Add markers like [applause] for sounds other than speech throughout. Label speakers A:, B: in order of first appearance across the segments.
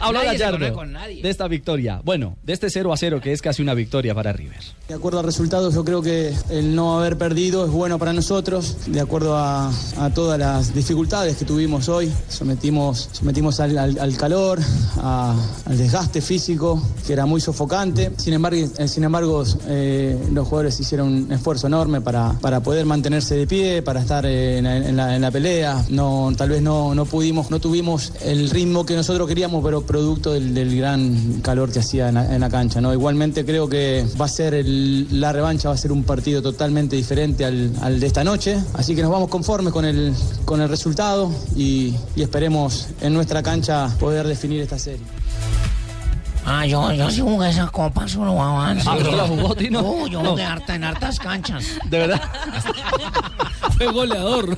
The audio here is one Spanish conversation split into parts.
A: Habló
B: Nadie se
A: Gallardo
B: conoce con nadie.
A: de esta victoria. Bueno, de este 0 a 0 que es casi una victoria para River.
C: De acuerdo al resultado, yo creo que el no haber perdido es bueno para nosotros. De acuerdo a, a todas las dificultades que tuvimos hoy, sometimos, sometimos al, al- al calor, a- al desgaste físico, que era muy sofocante. Sin embargo, eh, sin embargo eh, los jugadores hicieron un esfuerzo enorme para, para poder mantenerse de pie, para estar eh, en, la- en la, en la pelea. No, tal vez no, no pudimos, no tuvimos el ritmo que nosotros queríamos, pero producto del, del gran calor que hacía en la, en la cancha. ¿no? Igualmente creo que va a ser el- la revancha, va a ser un partido totalmente diferente al, al de esta noche. Así que nos vamos conformes con el, con el resultado y, y esperemos en nuestra cancha poder definir esta serie.
D: Ah, yo, yo sí jugué esa copa, solo avance.
A: este- Ah, ¿usted la jugó, Tino?
D: No, yo
A: No.
D: jugué harta, en hartas canchas.
A: De verdad.
B: [laughs] Fue goleador.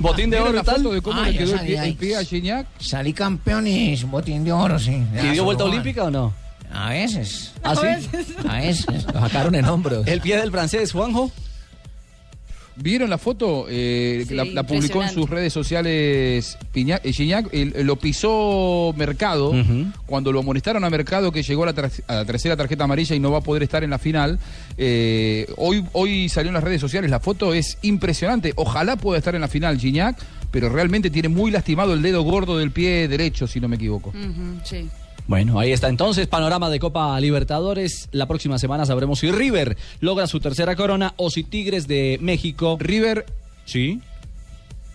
A: Botín de oro y tal.
E: de cómo
D: Ah,
E: le
D: ya
E: quedó el
D: sabía.
E: pie, el pie a Gignac.
D: Salí campeón y botín de oro, sí.
A: ¿Y dio vuelta olímpica o no?
D: A veces,
A: ¿Ah, sí?
D: [laughs] a veces.
B: Lo sacaron en hombros.
A: El pie del francés, Juanjo.
E: ¿Vieron la foto? Eh,
F: Sí,
E: la, la publicó en
F: impresionante.
E: sus redes sociales Piña- eh, Gignac. El- lo pisó Mercado.
A: Ujú.
E: Cuando lo amonestaron a Mercado, que llegó a la, ter- a la tercera tarjeta amarilla y no va a poder estar en la final. eh, hoy, hoy salió en las redes sociales. La foto es impresionante. Ojalá pueda estar en la final Gignac, pero realmente tiene muy lastimado el dedo gordo del pie derecho, si no me equivoco.
F: Ujú, sí.
A: Bueno, ahí está entonces, panorama de Copa Libertadores. La próxima semana sabremos si River logra su tercera corona o si Tigres de México.
E: River
A: Sí.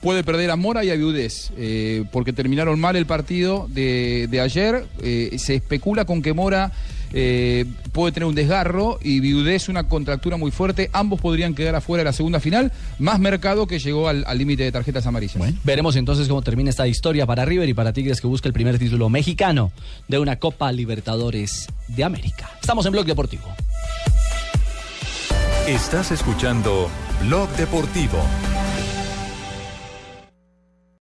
E: puede perder a Mora y a Viudez, eh, porque terminaron mal el partido de, de ayer. Eh, se especula con que Mora eh, puede tener un desgarro y Viudez una contractura muy fuerte. Ambos podrían quedar afuera de la segunda final, más Mercado que llegó al al límite de tarjetas amarillas.
A: Veremos entonces cómo termina esta historia para River y para Tigres que busca el primer título mexicano de una Copa Libertadores de América. Estamos en Blog Deportivo.
G: Estás escuchando Blog Deportivo.